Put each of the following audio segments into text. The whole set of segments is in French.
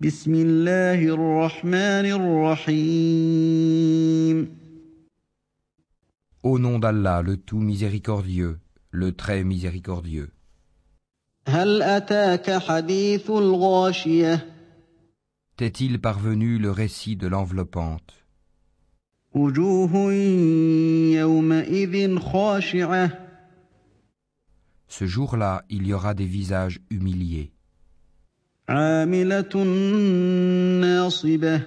بسم الله الرحمن الرحيم Au nom d'Allah, le tout miséricordieux, le très miséricordieux. هل أتاك حديث الغاشية T'est-il parvenu le récit de l'enveloppante وجوه يومئذ خاشعة Ce jour-là, il y aura des visages humiliés, عاملة ناصبة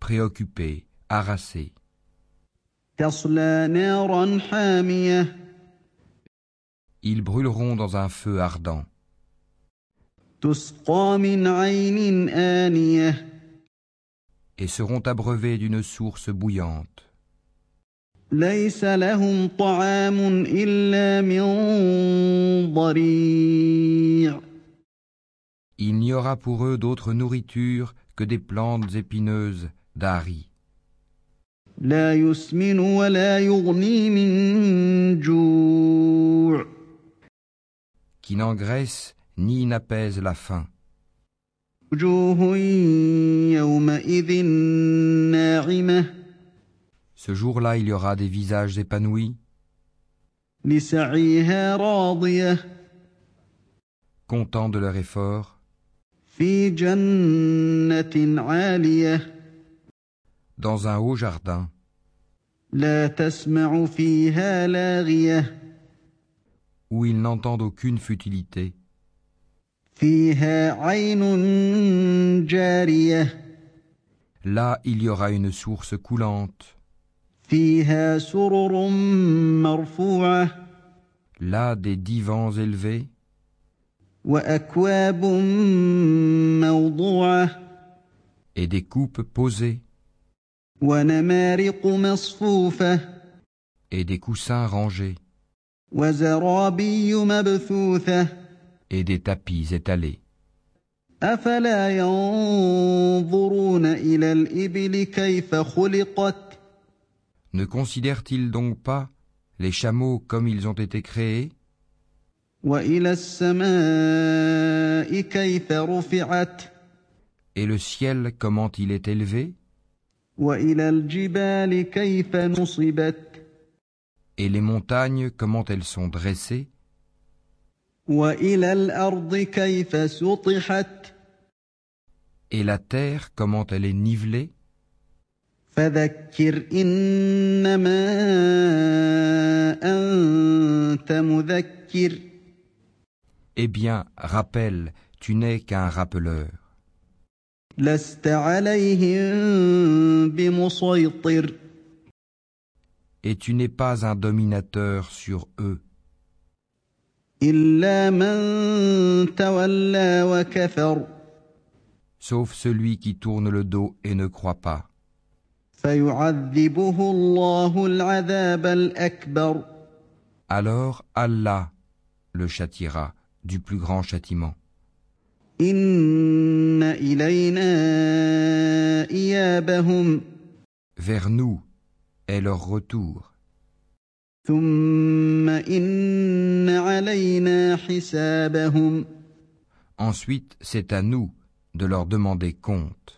préoccupés, harassés. تصلى نارا حامية Ils brûleront dans un feu ardent. تسقى من عين آنية et seront abreuvés d'une source bouillante. ليس لهم طعام إلا من ضريع Il n'y aura pour eux d'autre nourriture que des plantes épineuses d'Ari. لا يسمن ولا يغني من جوع qui n'engraissent ni n'apaisent la faim. وجوه يومئذ ناعمة Ce jour-là, il y aura des visages épanouis, لسعيها راضية contents de leur effort, في جنة عالية dans un haut jardin. لا تسمع فيها لاغية où ils n'entendent aucune futilité. فيها عين جارية Là, il y aura une source coulante, فيها سرر مرفوعة là des divans élevés, وأكواب موضوعة et des coupes posées, ونمارق مصفوفة et des coussins rangés, وزرابي مبثوثة et des tapis étalés. أفلا ينظرون إلى الإبل كيف خلقت Ne considèrent-ils donc pas les chameaux comme ils ont été créés, وإلى السماء كيف رفعت et le ciel comment il est élevé, وإلى الجبال كيف نصبت et les montagnes comment elles sont dressées, وإلى الأرض كيف سطحت et la terre comment elle est nivelée فذكر إنما أنت مذكر Eh bien, rappelle, tu n'es qu'un rappeleur. لست عليهم بمسيطر et tu n'es pas un dominateur sur eux, إلا من تولى وكفر sauf celui qui tourne le dos et ne croit pas. فيعذبه الله العذاب الأكبر Alors Allah le châtiera du plus grand châtiment. إن إلينا إيابهم Vers nous est leur retour, ثم إن علينا حسابهم ensuite c'est à nous de leur demander compte.